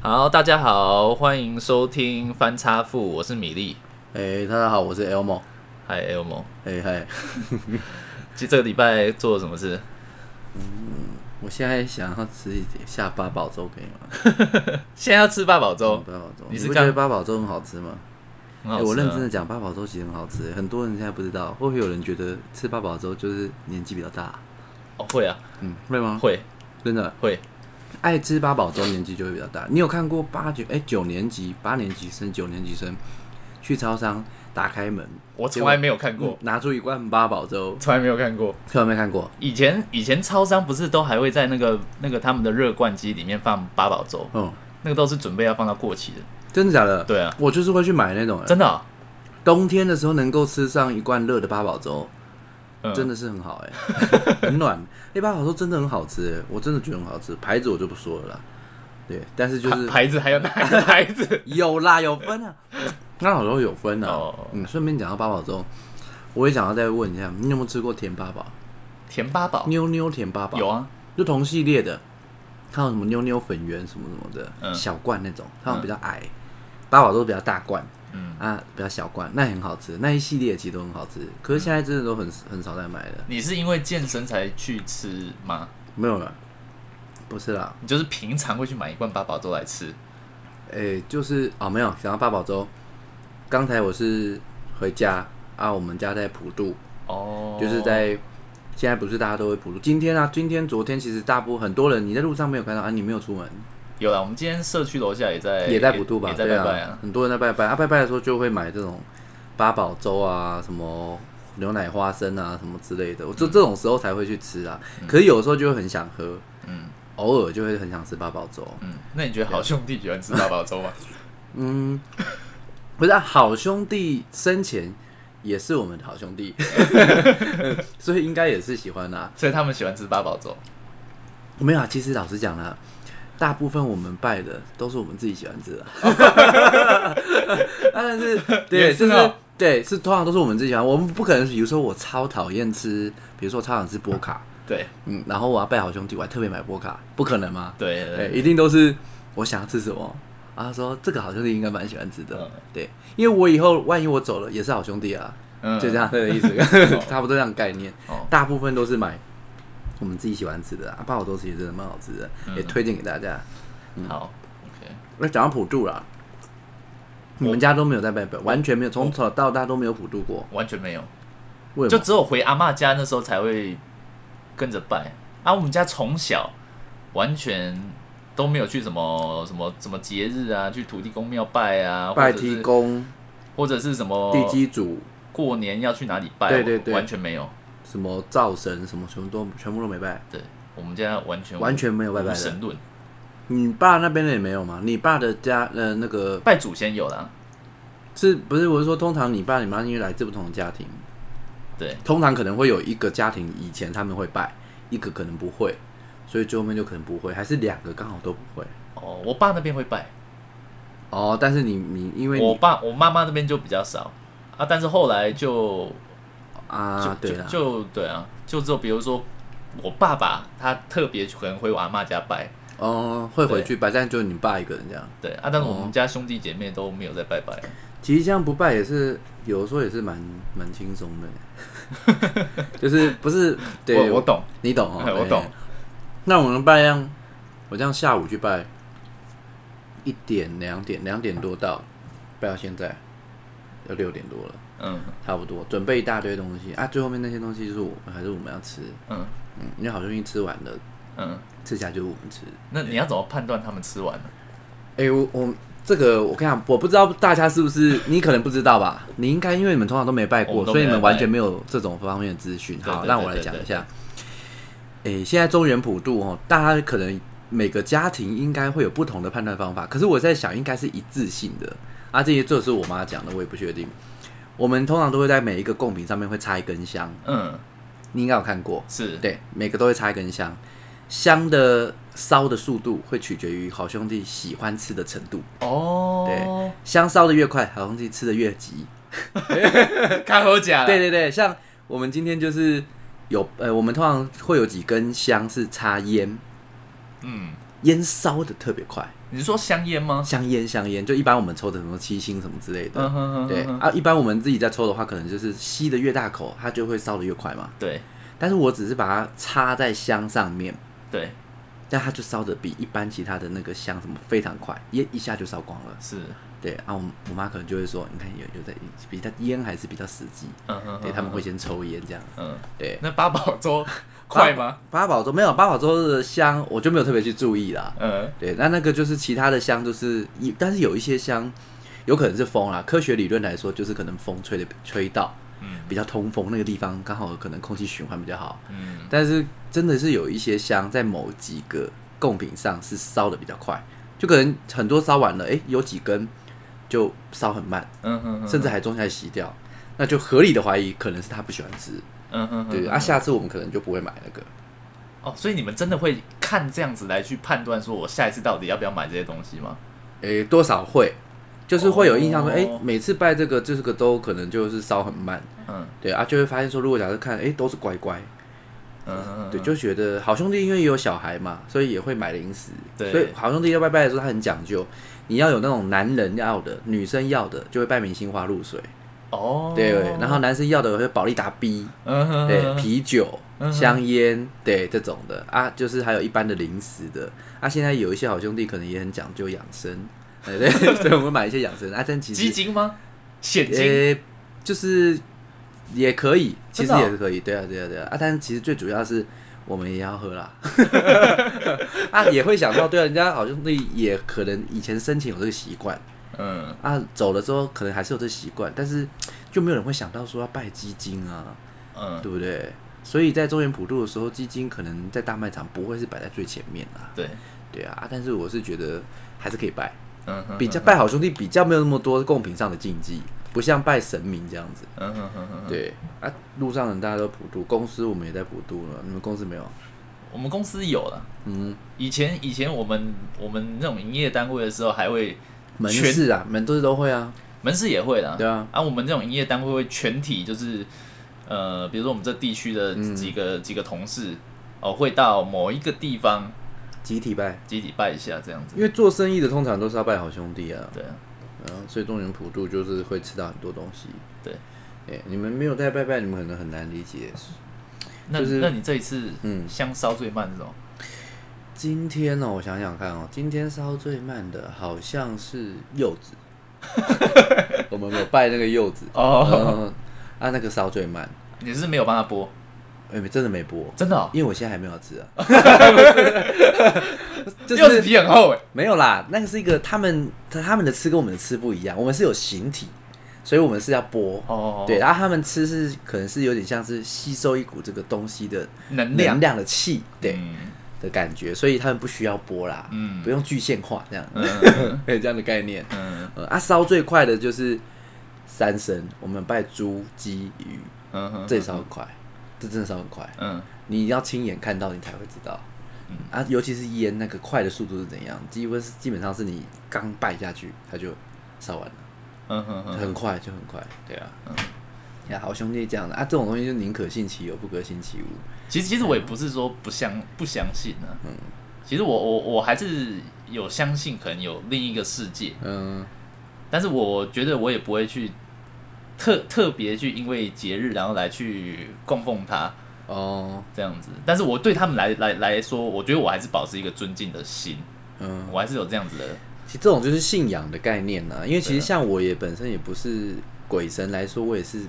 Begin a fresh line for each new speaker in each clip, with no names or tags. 好，大家好，欢迎收听翻差富，我是米粒，
哎、大家好，我是 Elmo。
嗨 Elmo，
哎、嗨，
这这个礼拜做了什么事？
我现在想要吃一点下八宝粥，可以吗？
现在要吃八宝粥，
八宝粥，
你
你
是
不觉得
刚
八宝粥很好吃吗？
很
哎、
好吃啊
我认真的讲，八宝粥其实很好吃，很多人现在不知道，会不会有人觉得吃八宝粥就是年纪比较大？
哦，会啊，
嗯，会吗？
会
真的，
会，
爱吃八宝粥年纪就会比较大。你有看过八九哎、九年级、八年级生、九年级生去超商打开门，
我从来没有看过，
拿出一罐八宝粥，
从来没有看过。
看有没有看过？
以前以前超商不是都还会在那个那个他们的热罐机里面放八宝粥，
嗯，
那个都是准备要放到过期的。
真的假的？
对啊，
我就是会去买那种的
真的哦、
冬天的时候能够吃上一罐热的八宝粥，
嗯
真的是很好哎、 很暖。那、八宝粥真的很好吃、欸，我真的觉得很好吃。牌子我就不说了啦，对，但是就是？
牌牌子还有哪个牌子
有啦，有分啊，那好粥有分啊。
哦
嗯，顺便讲到八宝粥，我也想要再问一下，你有没有吃过甜八宝？
甜八宝
妞妞甜八宝
有，啊，
就同系列的，它有什么妞妞粉圆什么什么的，
嗯
小罐那种，它们比较矮，八宝粥比较大罐。
嗯，
啊，比较小罐，那也很好吃，那一系列其实都很好吃。可是现在真的都很很少在买了，
你是因为健身才去吃吗？
没有了，不是啦，
你就是平常会去买一罐八宝粥来吃？
诶、就是哦，没有，想到八宝粥。刚才我是回家啊，我们家在普渡，
哦，
就是在现在不是大家都会普渡。今天啊，今天昨天其实大部分很多人你在路上没有看到啊，你没有出门、
有啦，我们今天社区楼下也在
也在普渡吧？
也在
对
拜拜
啊
啊，，
很多人在拜拜啊，拜拜的时候就会买这种八宝粥啊，什么牛奶花生啊，什么之类的。我就这种时候才会去吃啊，可是有时候就会很想喝，
嗯
偶尔就会很想吃八宝 粥。
嗯，那你觉得好兄弟喜欢吃八宝粥 吗？
嗯，不是、啊、好兄弟生前也是我们的好 兄弟， 所以应该也是喜欢啊。
所以他们喜欢吃八宝粥。
没有啊，其实老实讲啦，大部分我们拜的都是我们自己喜欢吃的， 但是
也
对，
是
就
哦
是对，是通常都是我们自己喜欢。我们不可能，比如说我超讨厌吃，比如说我超想吃波卡，
对
嗯，然后我要拜好兄弟，我还特别买波卡，不可能吗？
对
对，
对，
一定都是我想要吃什么。然后说这个好兄弟应该蛮喜欢吃的
嗯，
对，因为我以后万一我走了也是好兄弟啊，
嗯
就这样的意思， 差不多这样概念。
哦，
大部分都是买我们自己喜欢吃的啊，八宝粥其实真的蛮好吃的，
嗯
也推荐给大家。
好，OK，
那讲到普渡啦，
哦
你们家都没有在拜拜，完全没有，从小到大都没有普渡过，
完全没有，
为什
就
么？
只有回阿嬷家那时候才会跟着拜。啊，我们家从小完全都没有去什么什么什么节日啊，去土地公庙拜啊，
拜
或者是哦
提公、
或者是什么
地基主、
过年要去哪里拜，
对对对
完全没有。
什么灶神什么，全部都全部都没拜。
对，我们家完全
完全没有拜拜的
无神论，
你爸那边的也没有吗？你爸的家呃那个
拜祖先有啦，
是不是？我是说，通常你爸你妈因为来自不同的家庭，
对，
通常可能会有一个家庭以前他们会拜，一个可能不会，所以最后面就可能不会，还是两个刚好都不会。
哦，我爸那边会拜，
哦，但是你你因为
我
你
爸我妈妈那边就比较少啊，但是后来就就、
啊，对
就
啦，
就对啊，就只有比如说我爸爸他特别可能回我阿妈家拜，
哦，会回去拜，但就你爸一个人这样。
对啊，但
哦
是我们家兄弟姐妹都没有在拜拜，
其实这样不拜也是，有时候也是蛮蛮轻松的， 就是不是？对，
我我懂，，
你懂哦
我懂
哎。那我们拜这样，我这样下午去拜，一点、两点、两点多到，拜到现在要六点多了，
嗯
差不多。准备一大堆东西啊，最后面那些东西就是我还是我们要吃，
嗯
嗯，因为好容易吃完了，
嗯，
吃下来就是我们吃。
那你要怎么判断他们吃完呢？
哎、我我这个我跟你讲，我不知道大家是不是，你可能不知道 吧？你应该因为你们通常都没拜
我
过，
们都
所以你
没
们
拜
完全没有这种方面的资讯。
对
好，
对
那
对
我来
对
讲
对
一下。哎、现在中原普渡哦，大家可能每个家庭应该会有不同的判断方法，可是我在想，应该是一致性的啊。这些这是我妈讲的，我也不确定。我们通常都会在每一个贡品上面会插一根香，
嗯，
你应该有看过，
是
对，每个都会插一根香。香的烧的速度会取决于好兄弟喜欢吃的程度。
哦，
香烧的越快，好像自己吃的越急。
对， 开口甲，
对，对对，像我们今天就是有呃，我们通常会有几根香是插烟，
嗯，
烟烧的特别快，
你是说香烟吗？
香烟香烟，就一般我们抽的什么七星什么之类的，
嗯哼哼哼
对
哼
啊，一般我们自己在抽的话，可能就是吸的越大口，它就会烧的越快嘛。
对
但是我只是把它插在香上面，
对
但它就烧的比一般其他的那个香什么非常快，烟一下就烧光了。
是，
对啊，我我妈可能就会说，你看有有在比较烟还是比较实际，
嗯哼哼
对他们会先抽烟这样。
嗯，
对，
那八宝 粥快吗？
八宝粥没有八宝粥的香，我就没有特别去注意啦。
嗯
对，那那个就是其他的香，就是一，但是有一些香有可能是风啦。科学理论来说，就是可能风吹的吹到，
嗯
比较通风那个地方，刚好可能空气循环比较好。
嗯，
但是真的是有一些香在某几个贡品上是烧的比较快，就可能很多烧完了，诶，有几根就烧很慢，
嗯哼哼，
甚至还中间还熄掉，那就合理的怀疑可能是他不喜欢吃。
嗯哼哼，
对，啊，下次我们可能就不会买那个。
哦，所以你们真的会看这样子来去判断，说我下一次到底要不要买这些东西吗？
诶、多少会，就是会有印象说，
哦
诶，每次拜这个这个都可能就是烧很慢，
嗯
对啊，就会发现说，如果假设看，诶，都是乖乖，
嗯嗯，
对，就觉得好兄弟因为也有小孩嘛，所以也会买零食，
对
所以好兄弟要拜拜的时候，他很讲究，你要有那种男人要的，女生要的，就会拜明星花露水，
哦，
对，然后男生要的会保利达 B，
嗯哼，
对，啤酒、
嗯哼
香烟，对这种的啊，就是还有一般的零食的啊。现在有一些好兄弟可能也很讲究养生，哎对 对，所以我们买一些养生啊，但其
鸡
实
精吗？现金
呃，就是也可以，其
真
实
的哦
也是可以，对啊，对啊，对啊啊。但其实最主要是我们也要喝啦， 啊，也会想到，对啊，人家好兄弟也可能以前生前有这个习惯
嗯，
啊，走了之后可能还是有这个习惯，但是就没有人会想到说要拜鸡精啊。
嗯，
对不对？所以在中原普渡的时候，基金可能在大卖场不会是摆在最前面啊。
对，
对啊，啊但是我是觉得还是可以拜，
嗯哼，
比较拜好兄弟比较没有那么多贡品上的禁忌，不像拜神明这样子。
嗯哼哼哼，
对啊，路上人大家都普渡，公司我们也在普渡了，你们公司没有？
我们公司有了。
嗯，
以前以前我们我们那种营业单位的时候，还会
门
全
市啊，门都是都会啊。
门市也会啦，
对啊，
啊，我们这种营业单位会全体就是，呃，比如说我们这地区的
嗯
几个、几个同事，哦，会到某一个地方
集体拜，
集体拜一下这样子。
因为做生意的通常都是要拜好兄弟啊。
对啊，
嗯、所以中原普渡就是会吃到很多东西。
对，
哎、你们没有在拜拜，你们可能很难理解。
那、
就是
那你这一次
嗯
香烧最慢是什么？
今天呢、我想想看哦，今天烧最慢的好像是柚 子，我们有拜那个柚子
哦，
嗯啊，那个烧最慢，
你是没有帮他剥，
哎、真的没播，
真的、哦，
因为我现在还没有 吃啊，就
柚子
是
皮很厚哎。
没有啦，那个是一个他们他们的吃跟我们的吃不一样，我们是有形体，所以我们是要播。
哦，
对，，啊然后他们吃是可能是有点像是吸收一股这个东西的
能量
能，量的气，对、
嗯
的感觉，所以他们不需要播啦，
嗯
不用具现化这样。
嗯
有这样的概念。
嗯
呃，啊，烧最快的就是三牲，我们拜猪、鸡、鱼，
嗯，
这也烧很快，这真的烧很快，
嗯
你要亲眼看到你才会知道。啊，尤其是烟那个快的速度是怎样，几乎是基本上是你刚拜下去，它就烧完了，
嗯嗯嗯，
很快就很快，对啊。呀，好兄弟这样的啊，这种东西就宁可信其有，不可信其无。
其实其实我也不是说不相不相信啊，嗯，其实我我我还是有相信，可能有另一个世界，
嗯，
但是我觉得我也不会去特特别去因为节日然后来去供奉他
哦，
这样子，但是我对他们来来来说，我觉得我还是保持一个尊敬的心，
嗯，
我还是有这样子的，
其实这种就是信仰的概念呐、因为其实像我也本身也不是鬼神来说，我也是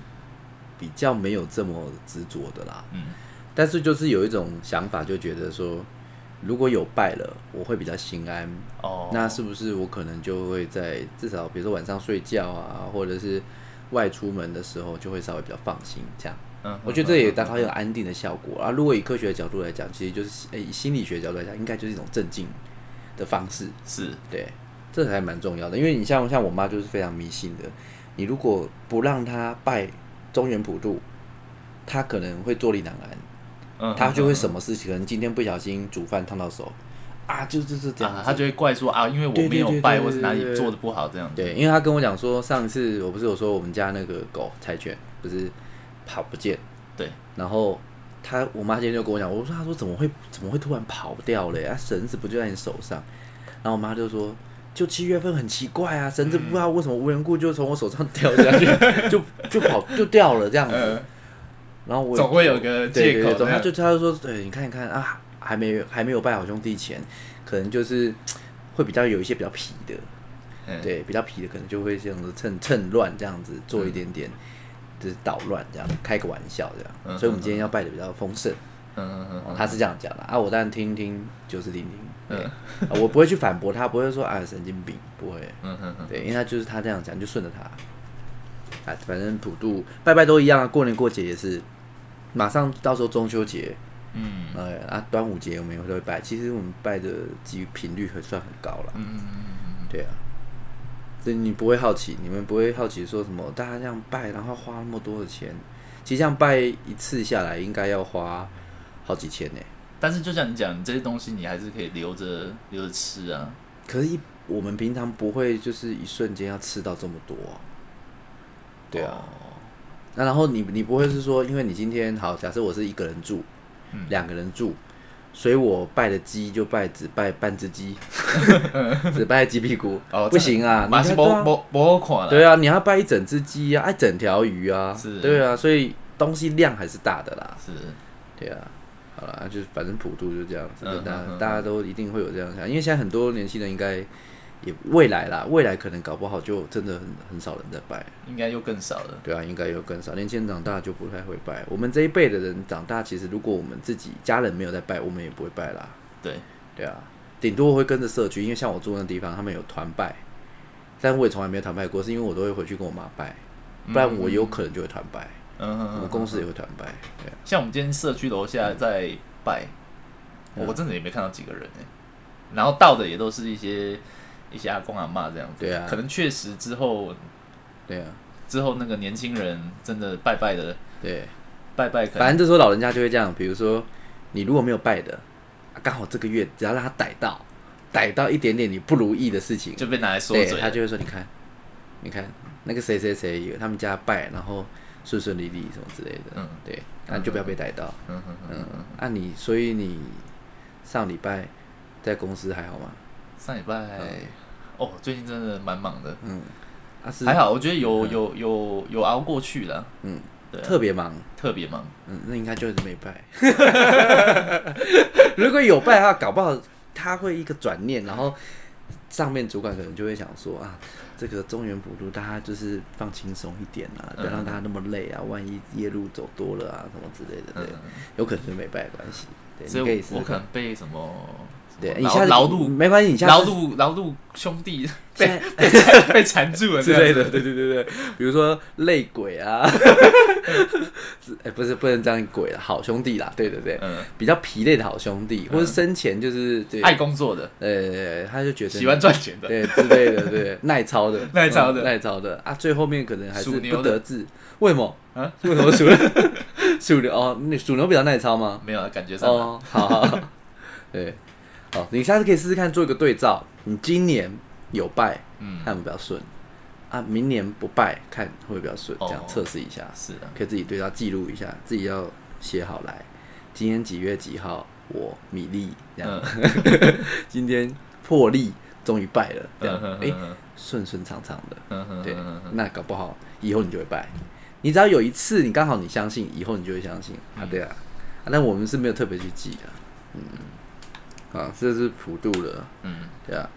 比较没有这么执着的啦。
嗯
但是就是有一种想法，就觉得说，如果有拜了，我会比较心安。
哦，
那是不是我可能就会在至少比如说晚上睡觉啊，或者是外出门的时候，就会稍微比较放心这样。
嗯，
我觉得这也达到一个安定的效果啊。如果以科学的角度来讲，其实就是诶、以心理学角度来讲，应该就是一种镇静的方式。
是
对，这还蛮重要的，因为你像像我妈就是非常迷信的，你如果不让她拜中原普渡，她可能会坐立难安，
嗯，
她就会什么事情，可能今天不小心煮饭烫到手，啊，就就是这样
啊
子、，
他就会怪说啊，因为
对
我
对
没有
对
拜，
对
或是哪
对
里
对
做的不好这样子，
对，因为她跟我讲说，上次我不是有说我们家那个狗柴犬不是跑不见，
对，
然后他我妈今天就跟我讲，我说她说怎么会怎么会突然跑掉了？啊，绳子不就在你手上？然后我妈就说，就七月份很奇怪啊，绳子不知道为什么无缘故就从我手上掉下去， 就就跑就掉了这样子。
嗯，
然后我
总会有个借
对对
口
对，
这
总他
样。
就他就说，对，你看一看啊，还没有还没有拜好兄弟前，可能就是会比较有一些比较皮的，
嗯，
对，比较皮的可能就会这样子趁趁乱这样子
嗯
做一点点，就是捣乱这样，开个玩笑这样。
嗯
所以我们今天要拜的比较丰盛，
嗯嗯嗯
哦
嗯，
他是这样讲的啊，我当然听听就是听听，对
嗯
啊我不会去反驳他，不会说啊神经病，不会，
嗯嗯嗯，
对，因为他就是他这样讲，就顺着他。啊，反正普渡拜拜都一样啊，过年过节也是，马上到时候中秋节，
嗯
呃啊，端午节我们也会拜，其实我们拜的几频率还算很高了。
嗯嗯嗯
对啊，所以你不会好奇，你们不会好奇说什么大家这样拜，然后花那么多的钱，其实这样拜一次下来应该要花好几千呢、
嗯，但是就像你讲，你这些东西你还是可以留着留着吃啊，
可是一，我们平常不会就是一瞬间要吃到这么多啊、对
哦
啊，那然后你你不会是说，因为你今天好，假设我是一个人住，
嗯
两个人住，所以我拜的鸡就拜只拜半只 鸡，只拜鸡屁股，
哦
不行啊，
马
你
是
看
不
对啊
不不款了，
对啊，你要拜一整只鸡啊，一整条鱼啊
是，
对啊，所以东西量还是大的啦，
是，
对啊。好啦，就是反正普渡就这样子，
嗯
就大
嗯嗯
大家都一定会有这样想，因为现在很多年轻人应该也未来啦，未来可能搞不好就真的很很少人在拜，
应该又更少了，
对啊，应该有更少。年轻人长大就不太会拜，我们这一辈的人长大，其实如果我们自己家人没有在拜，我们也不会拜啦，
对，
对啊，顶多会跟着社区，因为像我住那地方，他们有团拜，但我也从来没有团拜过，是因为我都会回去跟我妈拜，不然我有可能就会团拜，
嗯嗯
我们
嗯，
公司嗯也会团拜，对啊，
像我们今天社区楼下在拜，
嗯
我真的也没看到几个人哎、然后到的也都是一些一些阿公阿妈这样子，
对啊
可能确实之后
对啊，
之后那个年轻人真的拜拜的
对，啊
拜拜，可能
反正这时候老人家就会这样，比如说你如果没有拜的，啊刚好这个月只要让他逮到，逮到一点点你不如意的事情，
就被拿来说
对，
嘴
他
了，
就会说：“你看，你看那个谁谁谁，有他们家拜，然后顺顺利利什么之类的。”
嗯
对，那你就不要被逮到。
嗯嗯嗯，
嗯，那、你所以你上礼拜在公司还好吗？
上礼拜、哦，最近真的蛮忙的，
嗯，啊是
还好，我觉得有有有有熬过去了，
嗯，
对啊
特别忙。
特别忙，
嗯，那应该就是没拜。 如果有拜的话，搞不好他会一个转念，然后上面主管可能就会想说啊，这个中原普渡大家就是放轻松一点啊，不要让大家那么累啊，万一夜路走多了啊，什么之类的，对，有可能是没拜的关系。对，
所
你可以
以
试
我
试
我可
看。
能被什么。
对
什
你
么
下次
劳劳碌
没关系，你下次
劳碌劳碌兄弟
现在
被缠被缠住了
之
这
类
样子
的，对对对对，比如说累鬼啊，是 哎、不是不能这样鬼啊，好兄弟啦，对对对，
嗯，
比较疲累的好兄弟，或者生前就是对，
爱工作的，
呃，他就觉得
喜欢赚钱的，
对之类的， 对耐操的，
耐操的
嗯耐操的啊，最后面可能还是
属牛
不
的
得志，为什么？
啊
为什么属属牛？ 哦，你属牛比较耐操吗？
没有啊，感觉上啊
哦，好好，好对，好，你下次可以试试看做一个对照，你今年有拜，
嗯
看会比较顺啊，明年不拜，看会不会比较顺，这样
哦
测试一下，
是啊，
可以自己对照记录一下，自己要写好来，今天几月几号，我米粒这样， 今天破例终于拜了，这样，哎、
嗯嗯
顺顺畅畅的，
嗯嗯
对
嗯，
那搞不好以后你就会拜。你只要有一次你刚好你相信，以后你就会相信
嗯
啊，对啊。啊但我们是没有特别去记的，嗯，啊，这是普渡了，
嗯，
对啊。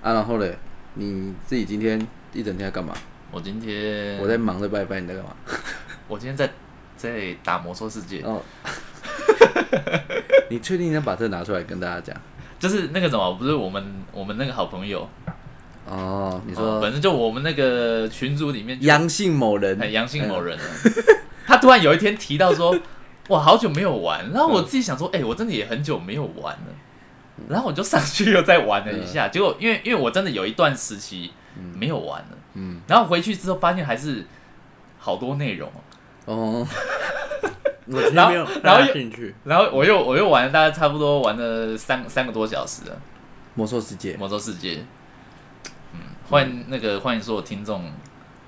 啊，然后嘞，你自己今天一整天在干嘛？
我今天
我在忙着拜拜，你在干嘛？
我今天在在打魔兽世界，
哦， 你确定要把这拿出来跟大家讲？
就是那个什么，不是我们我们那个好朋友，
哦，你
哦
说
反正就我们那个群组里面就
哎阳性某人，
很阳性某人啊， 他突然有一天提到说，哇，好久没有玩，然后
嗯
我自己想说，哎，我真的也很久没有玩了，然后我就上去又再玩了一
嗯
下，结果因为因为我真的有一段时期没有玩了，
嗯，
然后回去之后发现还是好多内容哦。
哦，我今
然
天
后
没有
然后又
进去
然后我又我又玩了大概差不多玩了三三个多小时了，
魔兽世界
《魔兽世界》。嗯，欢迎那个欢迎所有听众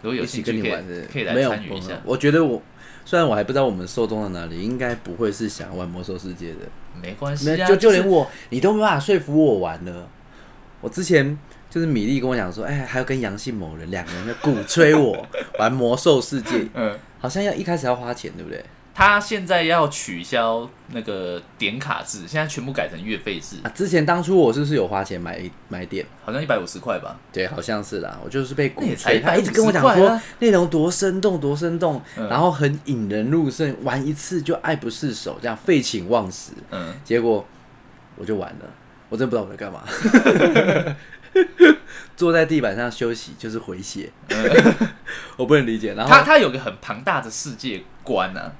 如果有
一起
兴
跟
趣可
你
以
玩的，
可以
没
来
有
参与一
我
下
们。我觉得我虽然我还不知道我们受众在哪里，应该不会是想玩魔兽世界的，
没关系
没
啊，
就就是连我你都没办法说服我玩了。我之前就是米粒跟我讲说，哎，还有跟杨姓某人两个人在鼓吹我玩魔兽 世界，
嗯，
好像要一开始要花钱，对不对？
他现在要取消那个点卡制，现在全部改成月费制，
啊，之前当初我是不是有花钱买买点？
好像一百五十块吧。
对，好像是啦，我就是被鼓
那也
吹，
才
他一直跟我讲
150块
说
啊
内容多生动，多生动，
嗯
然后很引人入胜，玩一次就爱不释手，这样废寝忘食。
嗯，
结果我就完了，我真不知道我在干嘛， 坐在地板上休息就是回血， 我不能理解。然
嗯他
后
他有个很庞大的世界观啊，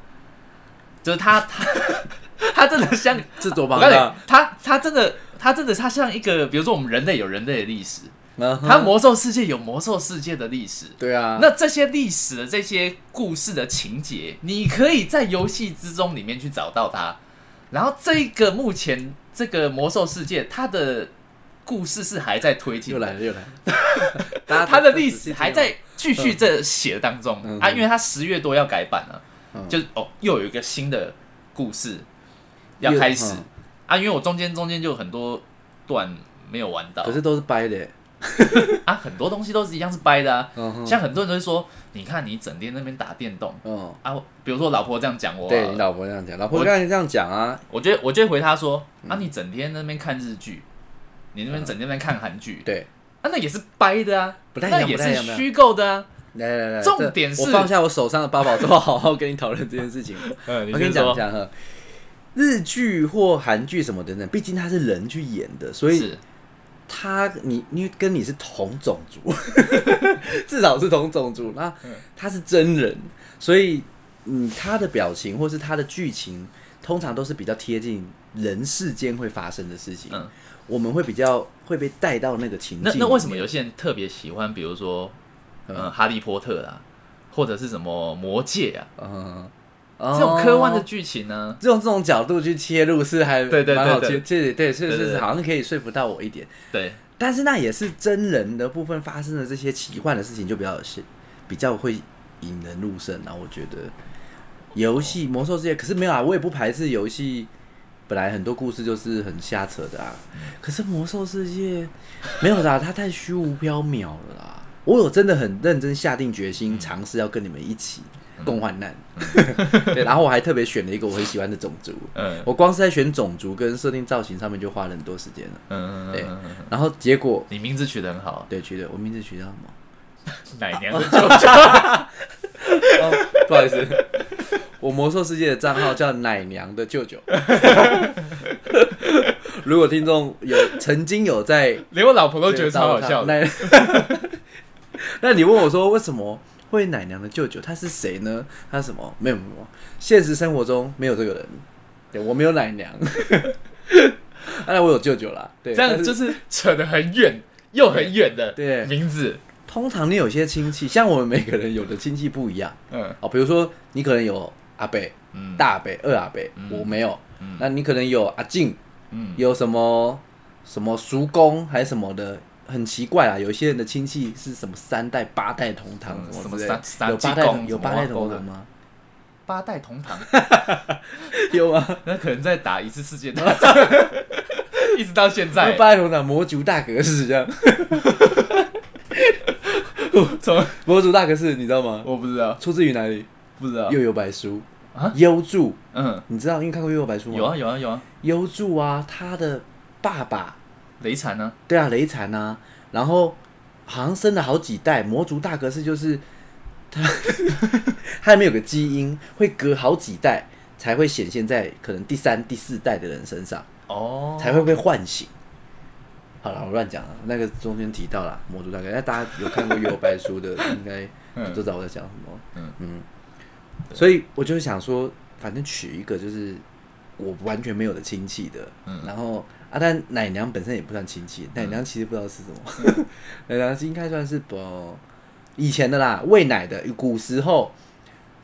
就是他他 他真的像
这多
我
庞
告诉
大
你，，他他真的他真的他像一个，比如说我们人类有人类的历史，
嗯哼
他魔兽世界有魔兽世界的历史。
对啊，
那这些历史的这些故事的情节，你可以在游戏之中里面去找到它。然后这个目前这个魔兽世界，它的故事是还在推进
又来
的，
了又来了，大 家
它的
仔
历
细
史
听
还
哦
在继续这写当中、
嗯
啊，因为它十月多要改版了，
嗯
就是哦又有一个新的故事要开始、
嗯
啊，因为我中间中间就有很多段没有玩到，
可是都是掰的耶，
啊很多东西都是一样是掰的啊，
嗯哼
像很多人都会说，你看你整天那边打电动。
嗯。
啊，我比如说老婆这样讲我、
对你
啊，
老婆这样讲，老婆
我
刚才这样讲啊，
我就我就会回她说，
嗯
啊，你整天那边看日剧，你那边整天在看韩剧，
对，
啊，那也是掰的啊，
不太一样
那也
不太一
是
样不太一样
虚构的啊。
来来来，
重
这
点
我
是
放下我手上的八宝之后，好好跟你讨论这件 事情。
嗯
我跟你讲一，下哈，日剧或韩剧什么等等，毕竟它是人去演的，所以
是
他你你跟你是同种族， 至少是同种族，那
嗯
他是真人，所以嗯，他的表情或是他的剧情，通常都是比较贴近人世间会发生的事情，
嗯
我们会比较会被带到那个情境
那
里面。
那为什么有些人特别喜欢，比如说，
嗯
嗯，哈利波特啦，或者是什么魔戒啊，
嗯？
这种科幻的
哦
剧情呢？
这种这种角度去切入是还
对对对
蛮好
对
切，对对是
对
是
对
是，
对
好像可以说服到我一点。
对，
但是那也是真人的部分发生的这些奇幻的事情，就比较是比较会引人入胜啊。我觉得游戏《魔兽世界》可是没有啊，我也不排斥游戏。本来很多故事就是很瞎扯的啊，可是《魔兽世界》没有啊啦，它太虚无缥缈了啦。啊我有真的很认真下定决心，尝试要跟你们一起共患难。对，然后我还特别选了一个我很喜欢的种族，
嗯
我光是在选种族跟设定造型上面就花了很多时间了。
嗯，
对
嗯嗯嗯
然后结果
你名字取得很好啊，
对，取的我名字取到什么？
奶娘的 舅舅，
哦，不好意思，我魔兽世界的账号叫奶娘的舅舅。如果听众有曾经有在
连我老婆都觉得超好笑的。
那 那你问我说为什么会奶娘的舅舅？他是谁呢？他是什么？没有没有没有，现实生活中没有这个人。对我没有奶娘， 当然我有舅舅啦。对，
这样
但是
就是扯得很远又很远的
对
名字，
通常你有些亲戚，像我们每个人有的亲戚不一样
嗯
哦。比如说你可能有阿伯，
嗯
大伯、二阿伯，我没有。
嗯
那你可能有阿静，
嗯
有什么什么叔公还是什么的，很奇怪啊。有一些人的亲戚是什么三代、八代同堂
嗯
么之类
什么
的，
三
有
三
八代
季公
同
什
有
么
八代同
挖沟的
堂吗？
八代同堂，
有吗？
那可能再打一次世界大战， 一直到现 在，
八代同堂魔族大格式这样，
从
魔族大格式你知道吗？
我不知道，
出自于哪里？
不知道，
幽游白书
啊
幽助，
嗯，
你知道？你有看过幽游白书吗？
有啊有啊有啊，
幽助啊，他的爸爸
雷禅呢，
对啊，雷禅啊，然后好像生了好几代魔族大格式，就是 他他里面有个基因会隔好几代才会显现在可能第三、第四代的人身上，
哦，
才会被唤醒。好了，我乱讲了，啊那个中间提到了魔族大格，那大家有看过《幽游白书》的，应该
嗯
都知道我在讲什么。
嗯
嗯，所以我就想说，反正取一个就是我完全没有的亲戚的，
嗯
然后啊，但奶娘本身也不算亲戚，奶娘其实不知道是什么， 奶娘应该算是保以前的啦，喂奶的，古时候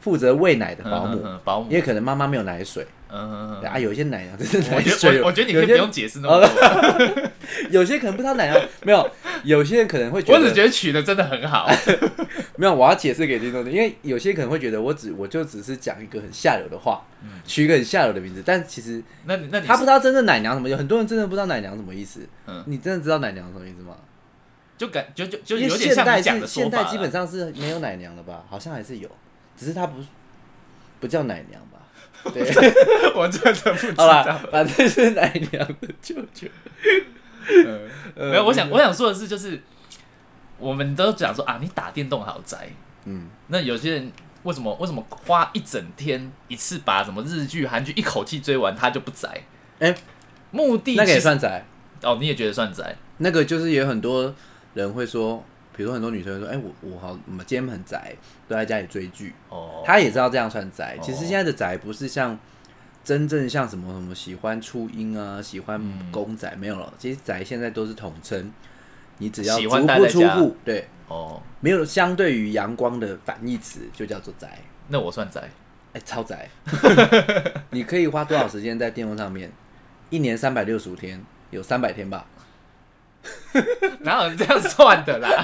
负责喂奶的
嗯
保姆，
嗯嗯保姆
因，为可能妈妈没有奶水，
嗯嗯嗯
啊，有一些奶娘真是
我
奶
觉得
水，
我我觉得你可
有
以
些哦
不用解释那么多，
有些可能不知道奶娘没有，有些人可能会 觉
我
得，
只觉得取的真的很好，
没有，我要解释给听众听，因为有些人可能会觉得我只我就只是讲一个很下流的话，取一个很下流的名字，但其实
那嗯你那你
他不
是
知道真正奶娘什么，有很多人真的不知道奶娘什么意思。
嗯
你真的知道奶娘什么意思吗？
就感就就就
因为
有点
现
像
代
你讲
是
的说
现
法啦，
代基本上是没有奶娘了吧？好像还是有，只是它不不叫奶娘 吧？对，
我真的不知
好
道
啦。，反正是奶娘的舅舅。呃
嗯 没有，我想我想说的是，就是我们都讲说啊，你打电动好宅。
嗯，
那有些人为什么为什么花一整天一次把什么日剧、韩剧一口气追完，他就不宅？
哎
目的
那个
其
也
实
算宅，
哦，你也觉得算宅？
那个就是也有很多人会说，比如说很多女生会说，哎、我我好，我们今天很宅，都在家里追剧。
哦，
他也知道这样算宅。
哦
其实现在的宅不是像真正像什么什么喜欢初音啊，喜欢
嗯
公仔、没有了。其实宅现在都是统称，你只要
喜
足
欢待
不
在
出
家
户，对，
哦，
没有相对于阳光的反义词就叫做宅。
那我算宅
哎、超 宅！你可以花多少时间在电动上面？一年三百六十五天，有三百天吧？
哪有人这样算的啦？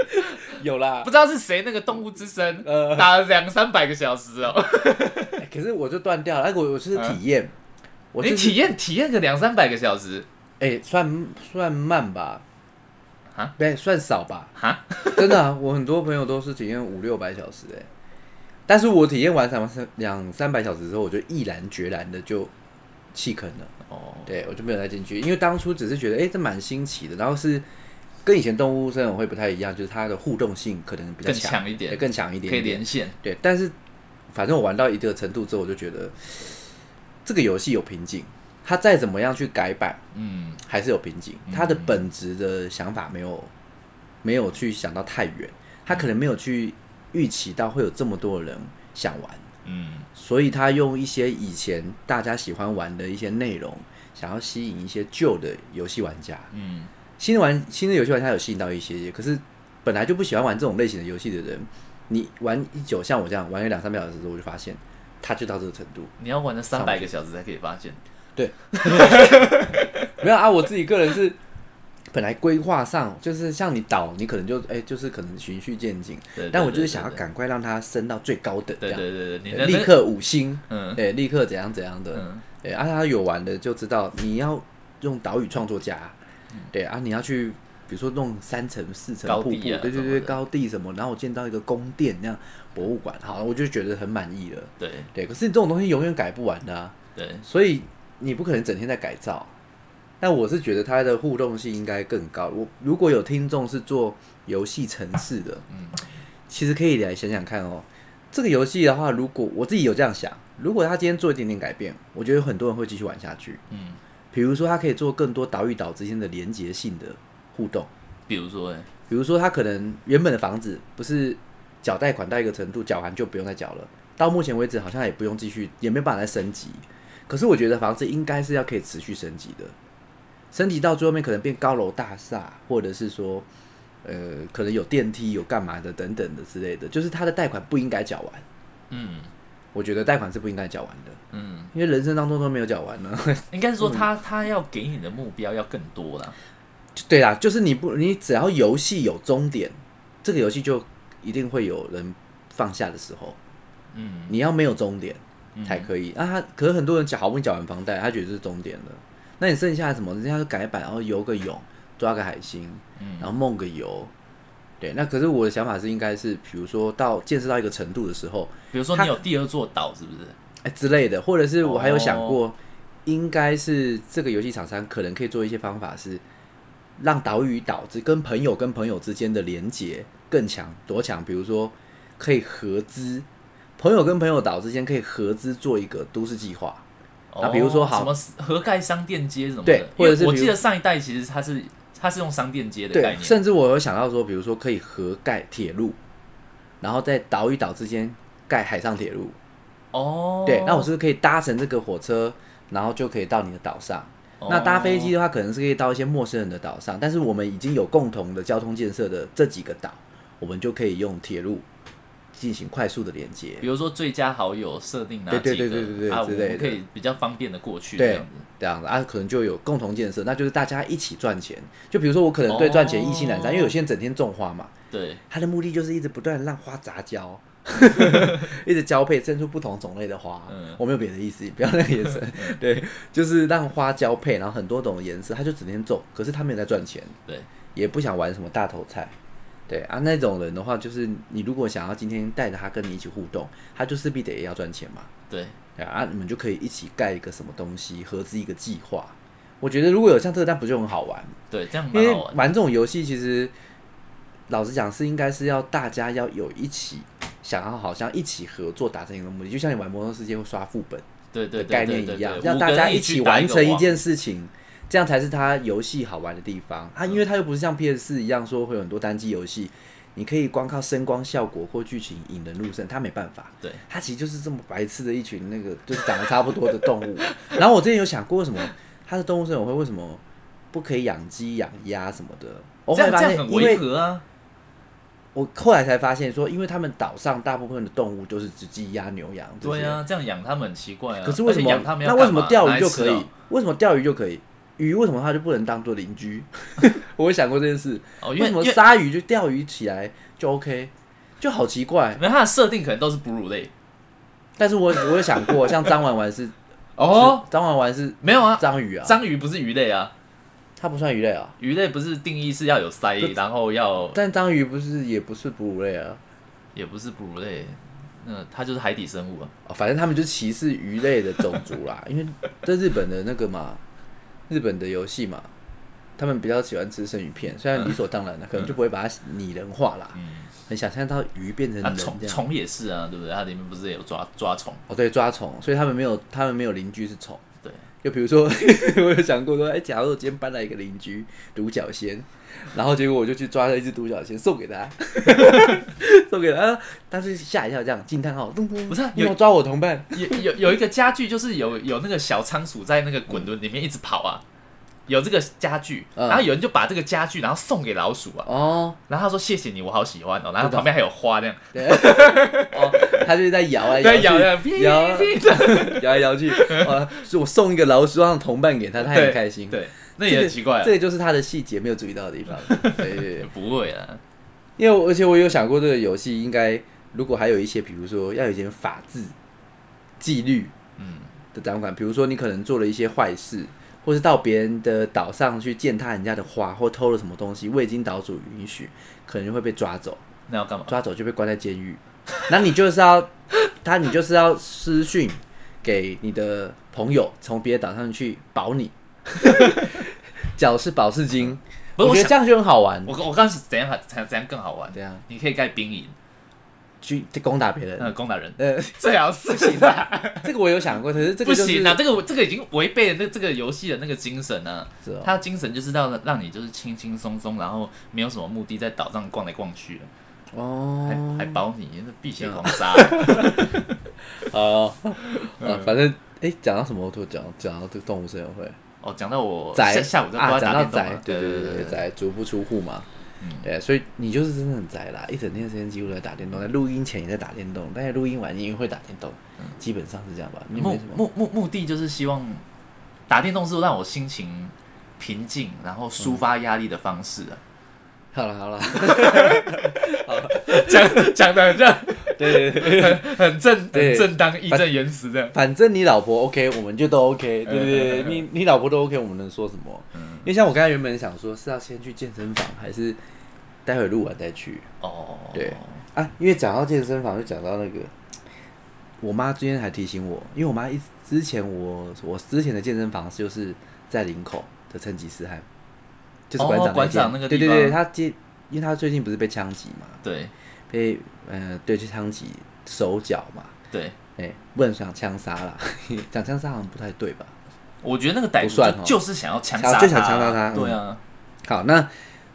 有啦
不。知道是谁那个动物之声
呃
打了两三百个小时哦，
哎可是我就断掉了，那个我我是体验，我
你
是
体验体验个两三百个小时
哎、算算慢吧，
啊，
对，算少吧，
哈，
真的、啊，我很多朋友都是体验五六百小时哎、但是我体验完三三两三百小时之后，我就毅然决然的就弃坑了，
哦，
对我就没有再进去，因为当初只是觉得哎、诶这蛮新奇的，然后是跟以前动物森友会不太一样，就是它的互动性可能比较
更强一点
对更强一
可以
点点，
连线，
对，但是反正我玩到一个程度之后，我就觉得这个游戏有瓶颈，它再怎么样去改版，
嗯，
还是有瓶颈。他的本质的想法没有没有去想到太远，他可能没有去预期到会有这么多人想玩，
嗯，
所以他用一些以前大家喜欢玩的一些内容，想要吸引一些旧的游戏玩家。
嗯，
新的玩新的游戏玩家有吸引到一些，可是本来就不喜欢玩这种类型的游戏的人，你玩一久，像我这样玩个两三百小时之后，我就发现他就到这个程度。
你要玩了三百个小时才可以发现，
没有啊，我自己个人是本来规划上就是像你导，你可能就哎、就是可能循序渐进，
对对
但我就是想要
对对
赶快让它升到最高等，这
对
样
对对对，你
对
的
立刻五星，
嗯
对，立刻怎样怎样的，
嗯，
对，啊，他有玩的就知道你要用岛屿创作家，对啊，你要去。比如说弄三层、四层
嗯高
瀑布，
地啊
对对
什么的
对，高地什么，然后我建造一个宫殿那样博物馆，好，我就觉得很满意了。
对
对，可是这种东西永远改不完的、啊，
对，
所以你不可能整天在改造。但我是觉得它的互动性应该更高。我如果有听众是做游戏城市的，
嗯
其实可以来想想看哦。这个游戏的话，如果我自己有这样想，如果他今天做一点点改变，我觉得有很多人会继续玩下去。
嗯，
比如说，它可以做更多岛与岛之间的连结性的互动。
比如说哎，
比如说，他可能原本的房子不是缴贷款到一个程度，缴完就不用再缴了。到目前为止，好像也不用继续，也没办法再升级。可是我觉得房子应该是要可以持续升级的，升级到最后面可能变高楼大厦，或者是说，呃，可能有电梯、有干嘛的等等的之类的。就是他的贷款不应该缴完，
嗯
我觉得贷款是不应该缴完的，
嗯，
因为人生当中都没有缴完呢。
应该是
嗯
说他他要给你的目标要更多啦，
对啦，就是你不，你只要游戏有终点，这个游戏就一定会有人放下的时候。
嗯，
你要没有终点
嗯
才可以、啊。他可是很多人缴好不容易缴完房贷，他觉得这是终点了。那你剩下的什么？人家就改版，然后游个泳，抓个海星，
嗯
然后梦个游。对，那可是我的想法是，应该是比如说到见识到一个程度的时候，
比如说
他
你有第二座岛是不是？
哎之类的，或者是我还有想
哦
过，应该是这个游戏厂商可能可以做一些方法是。让岛与岛之跟朋友跟朋友之间的连结更强，多强？比如说，可以合资，朋友跟朋友岛之间可以合资做一个都市计划，那比如说
哦
好
什么河盖商店街什么的，
对
因为
或者是
我
比如
记得上一代其实它是它是用商店街的概
对，
念，
甚至我有想到说，比如说可以合盖铁路，然后在岛与岛之间盖海上铁路，
哦，
对，那我是不是可以搭乘这个火车，然后就可以到你的岛上。
哦
那搭飞机的话，可能是可以到一些陌生人的岛上，但是我们已经有共同的交通建设的这几个岛，我们就可以用铁路进行快速的连接
比。如说最佳好友设定哪几个
对对对对对对
啊，我
之类的
们可以比较方便的过去这
对
样子。，
这样子啊，可能就有共同建设，那就是大家一起赚钱。就比如说我可能对赚钱意兴阑珊，
哦
因为有些人整天种花嘛，
对，
他的目的就是一直不断地让花杂交， 一直交配，生出不同种类的花。
嗯
我没有别的意思，不要那个眼 神。对，就是让花交配，然后很多种颜色，他就整天种，可是他没有在赚钱，
对，
也不想玩什么大头菜。对啊，那种人的话，就是你如果想要今天带着他跟你一起互动，他就势必得要赚钱嘛。
对，
对啊，你们就可以一起盖一个什么东西，合资一个计划。我觉得如果有像这个，但不就很好玩？
对，这样
因
蛮
为
好玩。
玩这种游戏，其实老实讲是应该是要大家要有一起想要好像一起合作达成一个目的，就像你玩《魔兽世界》会刷副本
对
的
对
概
对
念
对对
一样，
对，
让
五
大
个
家
人
一
一
起
打
完成
一
一
个
件事情，这样才是它游戏好玩的地方。啊它因为它又不是像 PS 四一样说会有很多单机游戏，你可以光靠声光效果或剧情引人入胜，它没办法。
网对，
它其实就是这么白痴的一群那个就是长得差不多的动物。然后我之前有想过，为什么它的动物森友会为什么不可以养鸡、养鸭什么的？我后
这
来
样
发
这
现
样，很
因
违
为
和啊。
我后来才发现说，因为他们岛上大部分的动物都是只鸡、鸭、牛、羊。
对。啊，这样养它们很奇怪啊。
可是为什
而且
么
养它们要
那为什
干嘛
么钓鱼
拿来
就
吃
可以
哦？
为什么钓鱼就可以？鱼为什么它就不能当做邻 居？我有想过这件事。
哦，因
为
为
什么
因为
鲨鱼就钓鱼起来就 OK，就好奇怪。
没有它的设定可能都是哺乳类
但是我我有想 过，像张婉婉是
哦，，
张婉婉是
没有啊，
章鱼啊，
章鱼不是鱼类啊，
它不算鱼类啊，
鱼类不是定义是要有鳃，然后要
但章鱼不是也不是哺乳类啊，
也不是哺乳类，那它就是海底生物啊。
哦、反正他们就歧视鱼类的种族 啦，因为在日本的那个嘛，日本的游戏嘛，他们比较喜欢吃生鱼片，虽然理所当然的，可能就不会把它拟人化啦，
嗯，
很想象到鱼变成
那
人
啊虫
这样，
虫也是啊，对不对？它里面不是也有抓抓虫？
哦对，抓虫，所以他们没有他们没有邻居是虫。
对，
就比如说， 我有想过说，哎、假如我今天搬来一个邻居独角仙，然后结果我就去抓了一只独角仙送给他， 送给他，但是吓一跳，这样惊叹号，咚咚，
不是啊
你有
有
抓我同伴？
有有有一个家具，就是有有那个小仓鼠在那个滚轮里面一直跑啊，有这个家具，
嗯
然后有人就把这个家具然后送给老鼠啊，
哦，
然后他说谢谢你，我好喜欢哦，然后旁边还有花这样，
对，哦，他就是在摇来
对，咬
摇
的
去，
屁
摇
屁的，
摇来摇去，哦，是我送一个老鼠让同伴 给他，他也很开心。
对，那
这
也
个
很奇怪啊
这，个就是他的细节没有注意到的地方。对对对，
不会啊，
因为我而且我有想过这个游戏应该如果还有一些，比如说要有一点法治纪律
嗯，
的掌管，比如说你可能做了一些坏事，或是到别人的岛上去践踏人家的花，或偷了什么东西，未经岛主允许，可能就会被抓走，
那要干嘛？
抓走就被关在监狱。那你就是要他，你就是要私讯给你的朋友，从别的岛上去保你， 脚是保释金，
不是
我
我
觉
想，
得这样就很好玩。
我我刚是怎样怎样怎样更好玩？
怎样
你可以盖兵营，
去去攻打别人？
那攻打人，
呃，
最好是行啊，
这个我有想过，可是这
不
个、就是、
行啊，这个这个已经违背了那这个游戏的那个精神啊。
是哦
他精神就是让让你就是轻轻松松，然后没有什么目的，在岛上逛来逛去的，还、
哦，
还保你那避
啊
邪狂杀，
哦，啊，
嗯
反正哎，讲到什么我突然讲讲到这个动物森友会，
哦，讲到我
宅
下下午就
啊，
要
讲
打电
到
动
宅
嘛，
对
对
对对，
对，
宅足不出户嘛，
嗯
对，所以你就是真的很宅啦，一整天的时间几乎都在打电动，在录音前也在打电动，但是录音完你也会打电动，
嗯
基本上是这样吧，你没
目
什么，
目目目的就是希望打电动是让我心情平静，然后抒发压力的方式啊。
好了好了，
讲讲的这样
对对对，
很正
对啊
很正当义正言辞这样。
反正你老婆 OK，我们就都 OK，对
嗯
对对，你你老婆都 OK，我们能说什么？因为像我刚才原本想说是要先去健身房，还是待会录完再去
哦，
对啊？因为讲到健身房，就讲到那个，我妈今天还提醒我，因为我妈一直之前我我之前的健身房就是在林口的成吉思汗，就是
哦
馆长那
馆长
间
那个
对
地
对对，
方
他接，因为他最近不是被枪击嘛，
对
被呃对，去枪击手脚嘛，
对，
哎、不能讲枪杀啦， 讲枪杀好像不太对吧？
我觉得那个歹
不算
徒
哦
就就是想要枪
想
杀，
就想枪杀他嗯
对啊，
好，那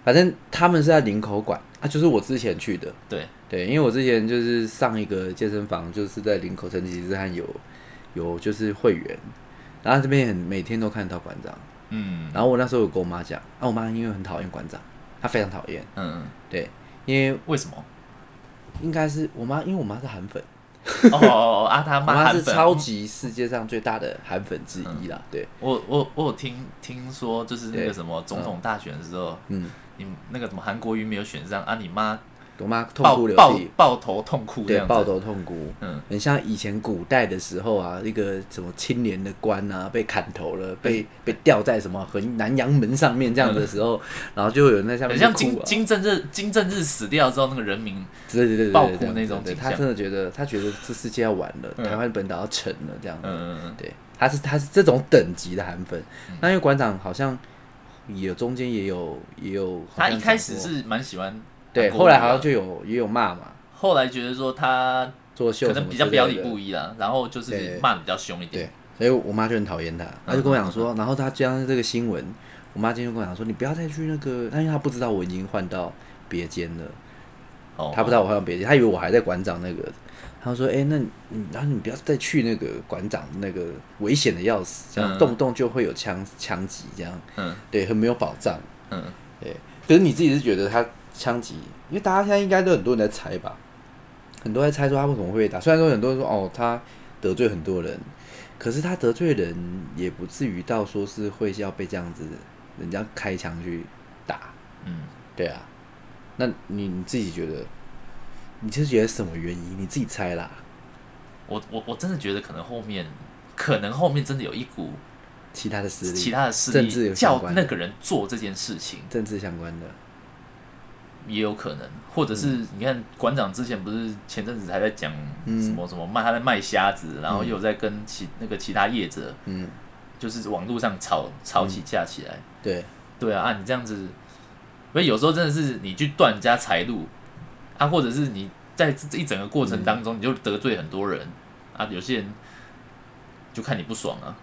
反正他们是在林口馆啊，就是我之前去的，
对
对，因为我之前就是上一个健身房，就是在林口成吉思汗有有就是会员，然后这边也很每天都看得到馆长，
嗯
然后我那时候有跟我妈讲，啊，我妈因为很讨厌馆长，她非常讨厌，
嗯，
对，因为
为什么？
应该是我妈，因为我妈是韩粉，
哦哦哦，啊，他
我
骂
妈
韩
是
粉嗯
超级世界上最大的韩粉之一啦。对，
我我我有听听说，就是那
对
个什么总统大选的时候，
嗯，
你那个什么韩国瑜没有选上啊，你妈
我妈痛
抱
哭流
抱
涕，
抱头痛哭这
对，
样
抱
子，
头痛哭。
嗯，
很像以前古代的时候啊，一个什么清廉的官啊，被砍头
嗯
了，被被吊在什么很南阳门上面这样的时候，然后就有人在下面
嗯很
就
像
哭
金
啊，
金正日金正日死掉之后，那个人民
对对对对
爆哭
对
那种
对
景
他
象
真的觉得他觉得这世界要完了，
嗯
台湾本岛要沉了这样子。
嗯嗯嗯
对，他是他是这种等级的韩粉。那因为馆长好像也中间也有也有，好
他
像
一开始
讲过
是蛮喜欢韩国瑜
对，
的，
后来好像就有也有骂嘛，
后来觉得说他
作秀
可
什
能
么
比较
之
表
类
里
的
不一啦，然后就
对
是骂的比较凶一
对
点，，
所以我妈就很讨厌他，她就跟我讲说，然后她加上这个新闻，我妈今天就跟我讲说，你不要再去那个，但因为她不知道我已经换到别间了，
哦，
她不知道我换到别间，她以为我还在馆长那个，她说，哎、那你然后你不要再去那个馆长那个危险的要死，这样
嗯
动不动就会有枪枪击，这样
嗯
对，很没有保障。
嗯，
可是你自己是觉得他枪击，因为大家现在应该都很多人在猜吧，很多人在猜说他为什么会被打。虽然说很多人说哦，他得罪很多人，可是他得罪人也不至于到说是会要被这样子人家开枪去打，
嗯，
对啊。那你你自己觉得，你是觉得什么原因？你自己猜啦，
我我我真的觉得可能后面可能后面真的有一股
其他的实
其
力，
他的势
政治
力
有相
叫
关的
那个人做这件事情，
政治相关的，
也有可能，或者是你看馆长之前不是前阵子还在讲
嗯
什么什么卖他在卖虾子，然后又在跟其那个其他业者
嗯，
就是网络上吵吵起架起来，
对，
对啊，啊你这样子，所以有时候真的是你去断人家财路啊，或者是你在这一整个过程当中你就得罪很多人啊，有些人就看你不爽啊，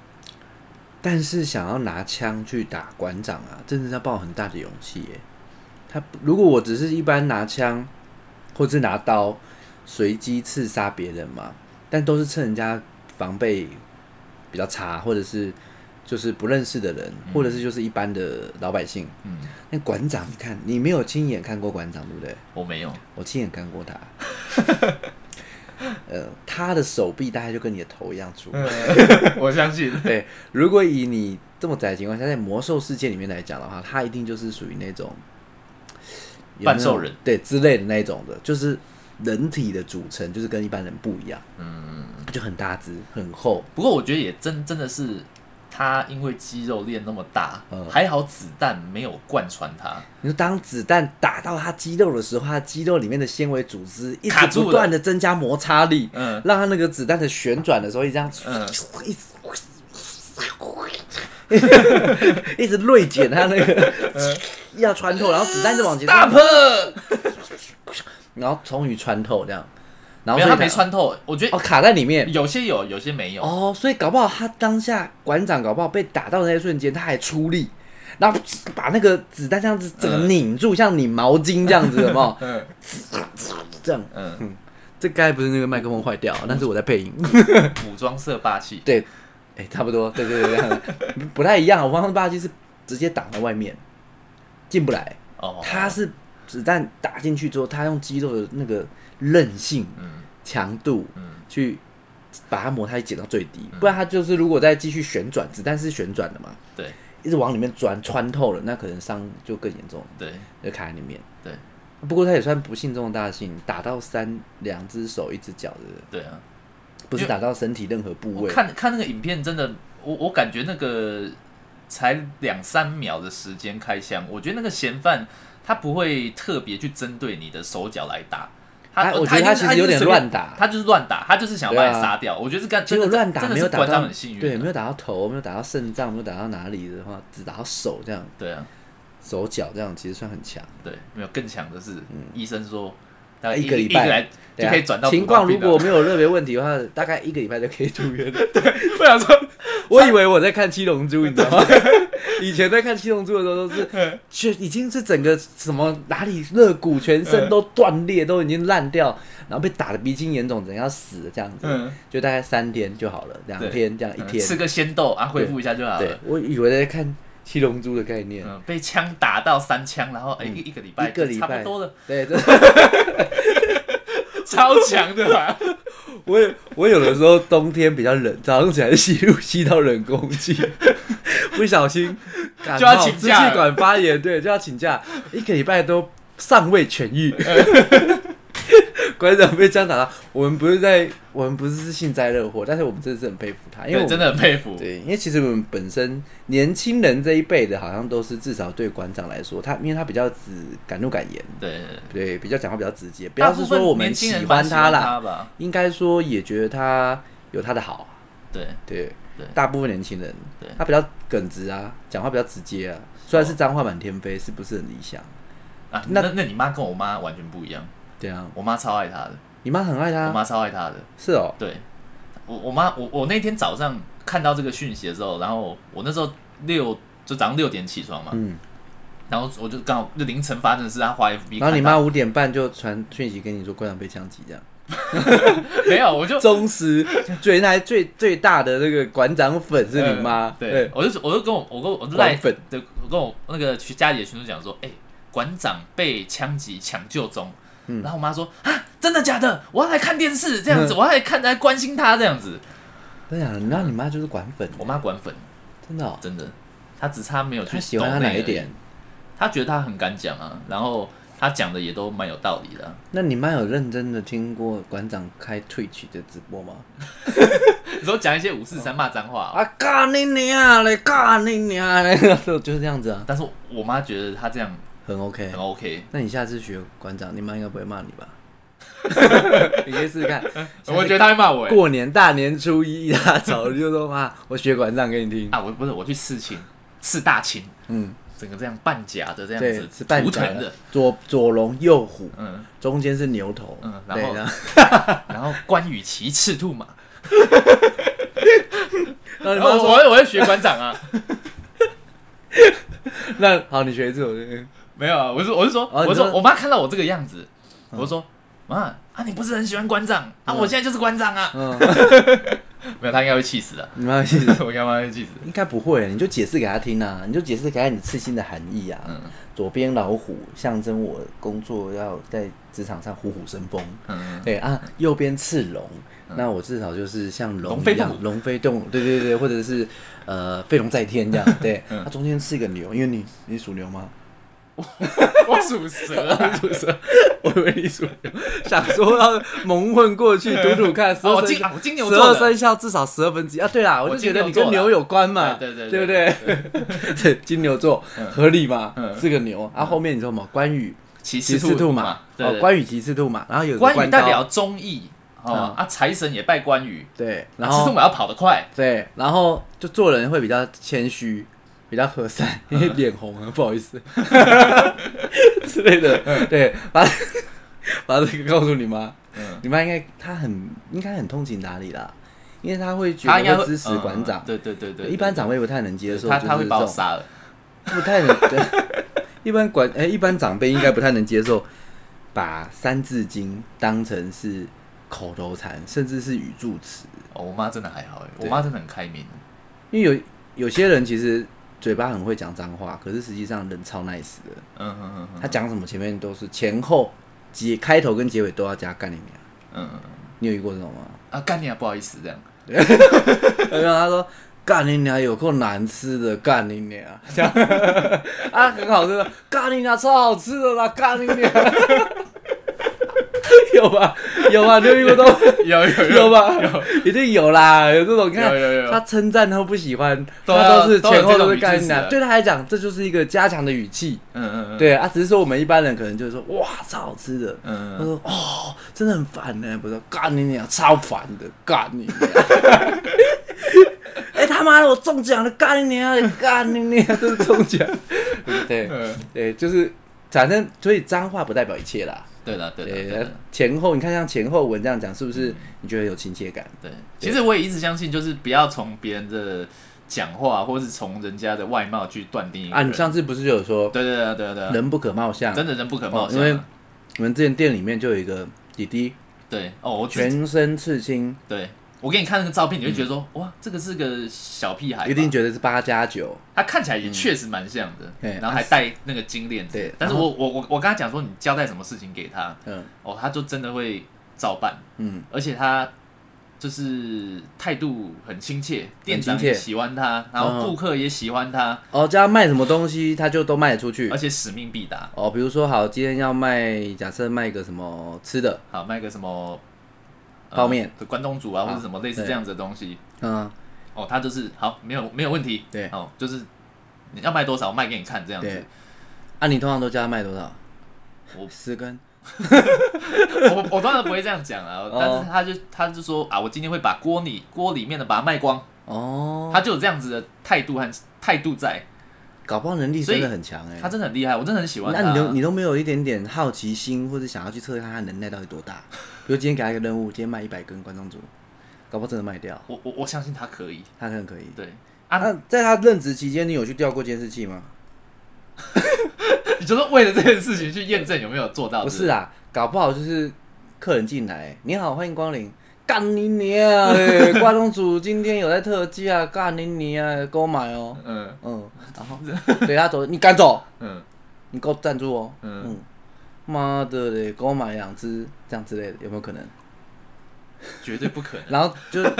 但是想要拿枪去打馆长啊，真的是要抱很大的勇气耶。他不如果我只是一般拿枪或是拿刀随机刺杀别人嘛，但都是趁人家防备比较差，或者是就是不认识的人，或者是就是一般的老百姓。
嗯，
那馆长，你看你没有亲眼看过馆长，对不对？
我没有，
我亲眼看过他。 呃，他的手臂大概就跟你的头一样
嗯
粗，
我相信，
对，如果以你这么窄的情况下，在魔兽世界里面来讲的话，他一定就是属于那种有
半
那
兽
种
人
对之类的那种的，就是人体的组成就是跟一般人不一样，
嗯。
他就很大只、很厚，
不过我觉得也真真的是他因为肌肉练那么大，
嗯
还好子弹没有贯穿他，
你说当子弹打到他肌肉的时候，他肌肉里面的纤维组织一
卡
直
住
不断的增加摩擦力，
嗯
让他那个子弹的旋转的时候，一直这样，
嗯
一直。 一直锐减他那个，要穿透，然后子弹就往前。
大破，
然后终于穿透这样，然后
没有
所
他
以
没穿透，我觉得
哦卡在里面
有些有，有些没有，
哦，所以搞不好他当下馆长搞不好被打到的那一瞬间他还出力，然后把那个子弹这样子整个拧住，像拧毛巾这样子，有没有？
嗯
这样，
嗯，
这该不是那个麦克风坏掉，但是我在配音。
武装色霸气，
对，哎，差不多，对对对，这 样不太一样。啊我方的霸气是直接挡在外面，进不来。
哦，
他是子弹打进去之后，他用肌肉的那个韧性、
嗯
强度
嗯
去把它摩擦力减到最低，不然它就是如果再继续旋转，子弹是旋转的嘛，
对
一直往里面钻穿透了，那可能伤就更严重，
对
就卡在里面。
对
不过他也算不幸中的大幸，打到三两只手一只脚的，
对啊，
不是打到身体任何部
我
位。
看看那个影片真的，我我感觉那个才两三秒的时间开枪，我觉得那个嫌犯他不会特别去针对你的手脚来打。他
哎他我觉得
一定
他其实
一
有点
定是随便
乱打
他就是乱打，他就是想要把
对
你
啊
杀掉。我觉得这个
结
真
果
的
乱打
真的啊
没有
是
打
馆
到
长很幸运，
对，没有打到头，没有打到肾脏，没有打到哪里的话，只打到手这样，
对啊，
手脚这样其实算很强。
对，没有更强的是，医生说大概
嗯啊一个
一
礼拜
一来
对
就
啊
可以转到
情
普通
况，如
病了啊
果没有特别问题的话，大概一个礼拜就可以出 院。
不想说，
我以为我在看《七龙珠》，你知道吗？ 以前在看《七龙珠》的时候，都
嗯
是就已经是整个什么哪里肋骨全身都断裂，都已经烂掉，然后被打的鼻青眼肿，整个要死这样子。
嗯
就大概三天就好了，两
对
天这样一
嗯
天。
吃个鲜豆啊，恢复一下就好
对
了。，
我以为在看《七龙珠》的概念，
嗯，被枪打到三枪，然后哎一一个礼拜
嗯一个
就
礼
差
拜
不多了，
对，这
超强的吧？
我也我有的时候冬天比较冷，早上起来吸入吸到冷 空气，不小心感
就要
冒
请假
支
了
气管发炎，对，就要请假，一个礼拜都尚未痊 愈。馆长被这样打到，我们不是在，我们不是幸灾乐祸，但是我们真的是很佩服他， 因为我
对，
们
真的很佩服。
对，因为其实我们本身年轻人这一辈的，好像都是至少对馆长来说，他因为他比较直敢怒敢言，
对，对对
对，比较讲话比较直接，不
大
要
部
是
分
说我们
年轻人
喜
吧
欢
喜
他
欢
啦，
他吧？
应该说也觉得他有他的好，
对，
对，
对
大部分年轻人
对哦
他比较耿直啊，讲话比较直接啊，虽然是脏话满天飞，是不是很理想？
啊，
那
那那你妈跟我妈完全不一样，
对啊，
我妈超爱他的，
你妈很爱
我
他，
妈超爱他的。
是哦，
对，我我妈我我那天早上看到这个讯息的时候，然后我那时候六就早上六点起床嘛，
嗯，
然后我就刚好就凌晨发生的事，她滑 FB，
然后
看
你妈
到
五点半就传讯息跟你说馆长被枪击这样。
没有，我就
忠实最来最最大的那个馆长粉是你妈，
呃对，，我就我就跟我我跟我我就
馆
赖
粉
对，我跟我那个去家里的群主讲说，哎、馆长被枪击抢救中。
嗯
然后我妈说啊，真的假的？我要来看电视，这样子，我要来看，来关心他这样子。
真的假的？你知啊道你妈就是馆粉，
我妈管粉，
真的哦、
真的，她只差没有去。
她喜欢他哪一？点？
她觉得她很敢讲啊，然后她讲的也都蛮有道理的啊、
那你妈有认真的听过馆长开 Twitch 的直播吗？
你说讲一些五四三骂脏话啊、
啊，干你娘嘞，干你娘嘞， 就是这样子啊，
但是我妈觉得她这样
很 OK
很。OK，
那你下次学馆长，你妈应该不会骂你吧？ 你可以试试看。
我觉得她会骂我、欸。
过年大年初一一大早就说妈，我学馆长给你听。
啊，我不是我去刺青，刺大青，
嗯，
整个这样半甲的这样
对
子，，
是半
图
甲
腾
的
的，，
左左龙右虎，
嗯，
中间是牛头，
嗯然
对
后
然后
然后关羽骑赤兔马，
那你
然
妈
后
说
我我我要学馆长啊，
那好，你学一次我就
没有啊，我是我是说，
哦你
我
说嗯
说我妈看到我这个样子，我说妈啊，你不是很喜欢馆长啊，我现在就是馆长啊，
嗯，
没有，她应该会气 死的，啊
你妈其实
我应该妈会气死，
应该不会，你就解释给他听啊，你就解释给他你刺青的含义啊。
嗯
左边老虎象征我工作要在职场上虎虎生风，
嗯，
对啊，右边刺龙，那我至少就是像嗯龙
龙
一
飞
样
凤，舞
龙飞动，对对对，或者是呃飞龙在天这 样，对，它中间刺一个牛，因为你你属牛吗？
我属蛇啊，
我以为你属牛，想说要蒙混过去赌赌看，
哦我金啊我金牛
十
座
二
的
生肖至少十二分之一啊！对啦，我就觉得你跟牛有关嘛，
我金牛座啦
对不对？ 对，金牛座合理嘛，
嗯
是个牛啊。后面你知道吗？关羽
骑
骑
赤
赤兔
兔
马，
对
哦，
对，
关羽骑赤兔马，然后有个
关羽
关
代
刀
表忠义哦
嗯哦
啊，财神也拜关羽，
对，然
然后赤啊兔
后
马要跑得快，
对，然后就做人会比较谦虚。比较和善，因
嗯
为脸红啊， 不好意思之类的。对，把 把这个告诉你妈，
嗯，
你妈应该她很应该很通情达理啦，因为她会觉
他应该
得
会
会支持馆长
嗯。对对对对，
一般长辈不太能接受，
他
就
他
是
会把我
这种
杀了，
不太能。 对，一般管哎、一般长辈应该不太能接受把《三字经》当成是口头禅，甚至是语助词，
哦，我妈真的还好哎，
对
我妈真的很开明，
因为有有些人其实嘴巴很会讲脏话，可是实际上人超 nice 的，
嗯嗯嗯
他讲什么前面都是前后结开头跟结尾都要加干你娘，
嗯嗯，
你有遇过这种吗？
啊，干你啊，不好意思这样，
然后他说：“干你娘，有够难吃的，干你娘！” 这样啊，很好吃的，干你娘，超好吃的啦，干你娘！ 有吧？有吧？六一不都
有有
有吧？一定有啦，有这种。你看
有有有
他称赞他不喜欢，
对
他
啊
都是
都有
前后
这种
都是
语
干你
气
娘。
的
对他来讲，这就是一个加强的语气。
嗯嗯嗯，
对啊，只是说我们一般人可能就是说：“哇，超好吃的。”
嗯，嗯，
他说：“哦，真的很烦呢、不是干你娘，超烦的，干你娘！ 哎、他妈的，我中奖了，干你娘，干你 娘，这是中奖。 对
嗯
对，就是反正所以脏话不代表一切啦。
对了对了啊对嗯
对
了，
前后你看像前后文这样讲，是不是你觉得有亲切感？
对，其实我也一直相信，就是不要从别人的讲话，或是从人家的外貌去断定一个
啊，
人。
你上次不是就有说
嗯对对对对对对，
人不可貌相？
真的人不可貌
哦
相
因
啊。
为我们之前店里面就有一个弟弟，
对哦，我全
全身刺青，
对我给你看那个照片，你会觉得说，哇，这个是个小屁孩吧，
一定觉得是嗯八加九。
他看起来也确实蛮像的，
嗯
然后还戴那个金链子。
对
但是
然后
我我我我跟他讲说，你交代什么事情给他，
嗯，
哦，他就真的会照办，
嗯，
而且他就是态度很亲切，店长
亲切嗯
也喜欢他，然后顾客也喜欢他，
哦，叫他卖什么东西，他就都卖得出去
而。且使命必达。
哦，比如说好，今天要卖，假设卖个什么吃的，
好，卖个什么、
泡面、
关东煮啊，或者什么类似
对
这样子的东西。
嗯，
哦，他就是好，没有没有问题。
对
哦，就是你要卖多少，我卖给你看这样
对
子。。
啊，你通常都叫他卖多少？
我
十根。
我我当然不会这样讲啊，
哦
但是他就他就说啊，我今天会把锅里锅里面的把它卖光，
哦，
他就有这样子的态度和态度在，
搞不好能力
所以
真的很强哎、
他真的很厉害，我真的很喜欢他。啊
那你都你都没有一点点好奇心，或者想要去测试他的能耐到底多大？ 比如今天给他一个任务，今天卖一百根关东煮，搞不好真的卖掉，
我我我相信他可以，
他很可以。
对啊，
啊，那在他任职期间，你有去调过监视器吗？
你就是为了这件事情去验证有没有做到？
不
对
是啊，搞不好就是客人进来，你好，欢迎光临。干你娘！欸关东煮今天有在特价，啊干你娘，给我买哦。
不对，嗯
嗯，然后对他走，你敢走？
嗯，
你给我站住哦。
嗯
嗯，妈的嘞，给我买两只这样之类的，有没有可能？
绝对不可能，
然后就
怎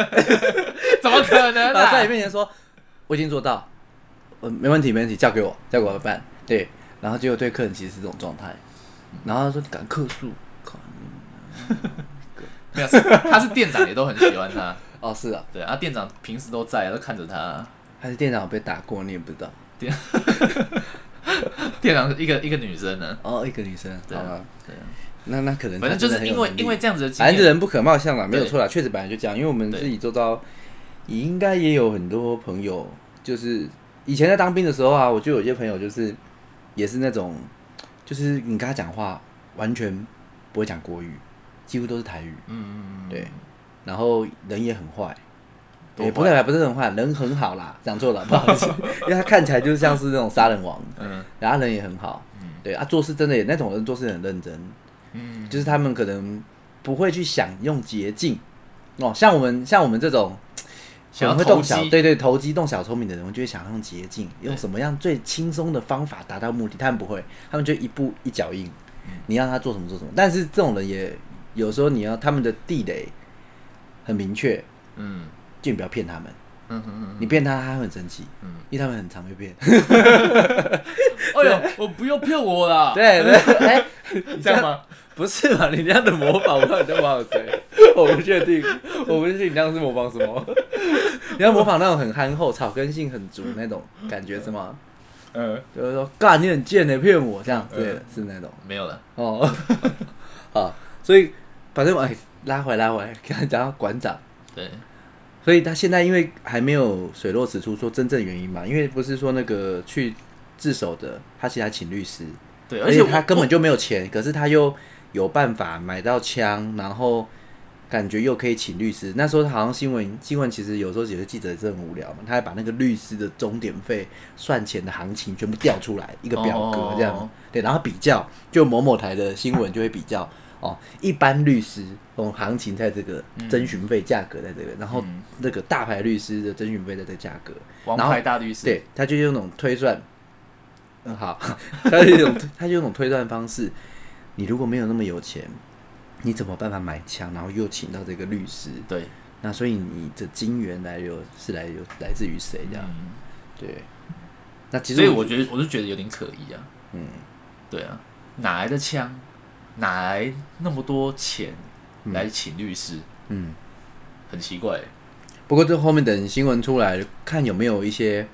么可能
然后在
啊
你？面前说，我已经做到，呃，没问题，没问题，交给我，交给我办。对，然后结果对客人其实是这种状态，然后他说你敢客诉，靠你
没有，是他是店长也都很喜欢他，
哦是啊，
对啊，店长平时都在，都看着他。啊
还是店长有被打过，你也不知道。
店长一个一个女生呢，
哦，一个女生，
对
好
啊
吧，
对啊，
那那可能
反正
她
就
真的
是
很
因
有
为
能力
因为这样子的经
反正
验，
人不可貌相啦，没有
对
错啦，确实本来就这样，因为我们
对
自己做到，也应该也有很多朋友，就是以前在当兵的时候啊，我就有些朋友啊就是也是那种，就是你跟他讲话完全不会讲国语，几乎都是台语，
嗯，嗯嗯
对，然后人也很坏。
多
也不
坏
是不是很坏，人很好啦，讲错了，不好 意思，因为他看起来就像是那种杀人王，
嗯
然后他人也很好，对啊，做事真的也那种人做事很认真，
嗯，
就是他们可能不会去想用捷径哦，像我们像我们这种
想要
我们会
投
动小
机，
对对投机动小聪明的人，我们就会想用捷径，
对
用什么样最轻松的方法达到目的。他们不会，他们就一步一脚印，
嗯
你让他做什么做什么。但是这种人也有时候你要他们的地雷很明确，
嗯
就你不要骗他们，
嗯嗯
你骗他他会很生气，
嗯
因为他们很常会骗。
嗯，哎呦，我不要骗我啦，
对对， 哎、
这样吗？
不是吧？你这样的模仿，我到底在模仿谁？我不确定，我不确定你这样是模仿什么。 你要模仿那种很憨厚、草根性很足那种感觉是吗？
嗯，
就是说，干你很贱的骗我这样，
嗯
对，是那种
没有了，
哦。 好，所以反正哎，拉回来拉回来，刚才讲到馆长，
对，
所以他现在因为还没有水落石出，说真正原因嘛，因为不是说那个去自首的，他其实还请律师，
对，
而
而
且
且
他
我
根本就没有钱，可是他又有办法买到枪，然后感觉又可以请律师。那时候好像新闻新闻其实有时候有些记者也是很无聊嘛，他还把那个律师的钟点费、算钱的行情全部调出来一个表格这样，
哦
对，然后比较，就某某台的新闻就会比较。哦，一般律师哦，行情在这个征询费价格在这个，然后
嗯
那个大牌律师的征询费在这个价格，
王
然后
牌大律师，
对，他就用那种推算，嗯， 好，他就用他就用那种推算方式。你如果没有那么有钱，你怎么办法买枪？然后又请到这个律师，
对，
那所以你的金源来由是来由来自于谁？这样、
嗯，
对。那其实
所以我觉得我就觉得有点可疑啊，
嗯
对啊，哪来的枪？哪来那么多钱来请律师？
嗯，
很奇怪，
不过这后面等新闻出来，看有没有一些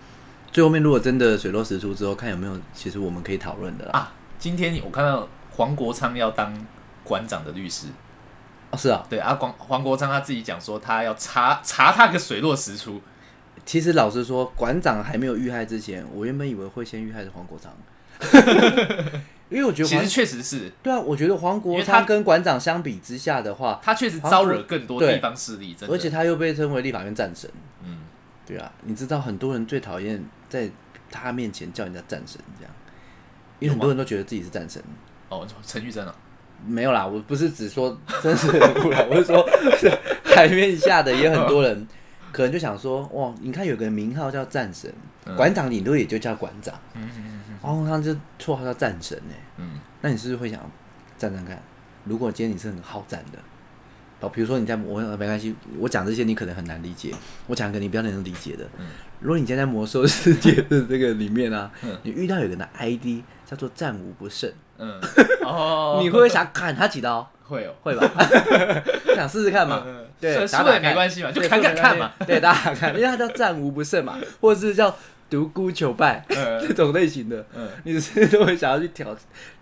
最后面如果真的水落石出之后，看有没有其实我们可以讨论的啦。
啊，今天我看到黄国昌要当馆长的律师，
哦，是啊，
对啊，黄黄国昌他自己讲说他要查查他个水落石出，
其实老实说，馆长还没有遇害之前，我原本以为会先遇害的黄国昌， 因为我觉得
其
黄
实确实是
对啊，我觉得黄
因
国
为他
昌跟馆长相比之下的话，
他确实
黄
招
国
惹更多
对
地方势力，真的，
而且他又被称为立法院战神，
嗯，
对啊，你知道很多人最讨厌在他面前叫人家战神这样，因为很多人都觉得自己是战神。
哦，陈玉珍啊，
没有啦，我不是只说 真实的故来，我是说 台面下的也很多 人可能就想说，哇，你看有个名号叫战神，
嗯
馆长顶多也就叫馆长，
嗯嗯嗯
黄国昌这绰号叫战神哎、
嗯，
那你是不是会想战战看？如果今天你是很好战的，哦，比如说你在我没关系，我讲这些你可能很难理解，我讲一个你比较能理解的。
嗯
如果你今天在魔兽世界的这个里面啊，
嗯
你遇到有个人的 ID 叫做战无不胜，
嗯，哦，
你会不会想砍他几刀？
会哦，
会吧， 想试试看嘛
嗯嗯？
对，
输
打打
了也
看
没关系嘛，就
对
砍砍看嘛。，
输了没关系对，打打看，因为他叫战无不胜嘛，或者是叫独孤求败这
嗯
种类型的，
嗯，
你是都会想要去挑，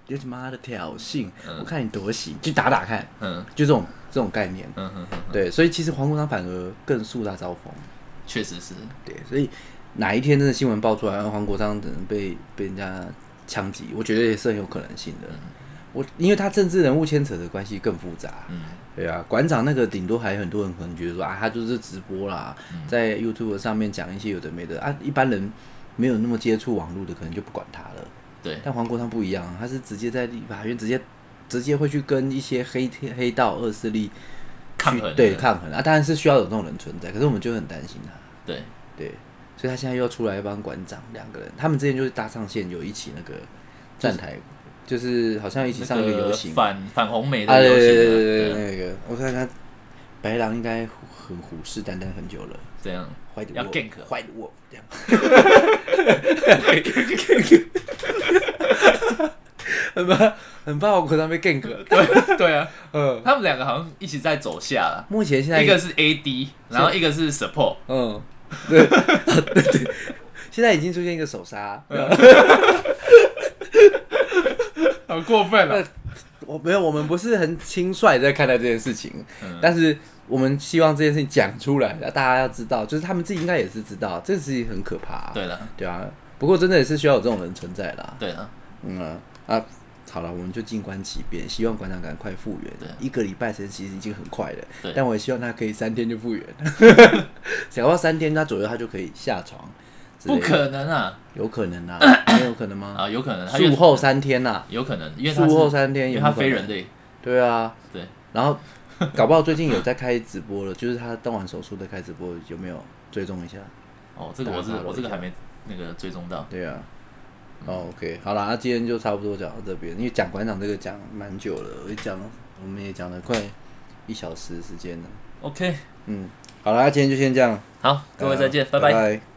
你他妈的挑衅，
嗯
我看你多行，去打打看，
嗯
就这种这种概念。
嗯嗯，嗯
对，所以其实黄国昌反而更树大招风。
确实是，
对，所以哪一天真的新闻爆出来，黄国昌可能被被人家枪击，我觉得也是很有可能性的。我因为他政治人物牵扯的关系更复杂。
嗯
对啊，馆长那个顶多还有很多人可能觉得说啊，他就是直播啦，
嗯
在 YouTube 上面讲一些有的没的啊，一般人没有那么接触网络的，可能就不管他了。
对，
但黄国昌不一样啊，他是直接在立法院直接直接会去跟一些黑天黑道恶势力
抗衡
对
的
抗衡啊，当然是需要有这种人存在，可是我们就很担心他，
对，
对，所以他现在又要出来帮馆长两个人，他们之前就是搭上线，有一起那个站台，就是好像一起上一个游行，
反反红梅
啊，
的
对
游
对
行
对
嘛，
对
啊，
对，那个我看他白狼应该很虎视眈眈很久了。
这样
坏的
要 gank
坏的我 这样，很怕很怕我口上被 gank。
对 对啊，
嗯，
他们两个好像一起在走下了，
目前现在
一个是 AD，然后一个是 support，
嗯，对 对对，现在已经出现一个手刹，
好过分
了我没有，我们不是很轻率在看待这件事情，
嗯
但是我们希望这件事情讲出来，大家要知道，就是他们自己应该也是知道，这事情很可怕、啊，
对了
对啊，不过真的也是需要有这种人存在啦，
对了，
嗯啊。啊好了，我们就静观其变，希望馆长赶快复原
对。
一个礼拜前其实已经很快了
对，
但我也希望他可以三天就 复原。想要三天，他左右他就可以下床之类
不
的。
可能啊
有可 能啊，没有可能吗？
啊，有可能他因
术
为
后三天呐、
有可能，因为他
术后
是
三天
因
有
为
没
他
有可能
非人类，
对啊，
对，
然后搞不好最近有在开直播了，就是他动完手术的开直播，有没有追踪一下？
哦，这个我是
打扰了
我这个
一下
还没那个追踪到，
对啊。哦、o
嗯
k 好啦，那今天就差不多讲到这边，因为讲馆长这个讲蛮久了，我一讲我们也讲了快一小时时间了。
OK，
嗯，好啦，那今天就先这样，呃
好，各位再见，拜拜。
拜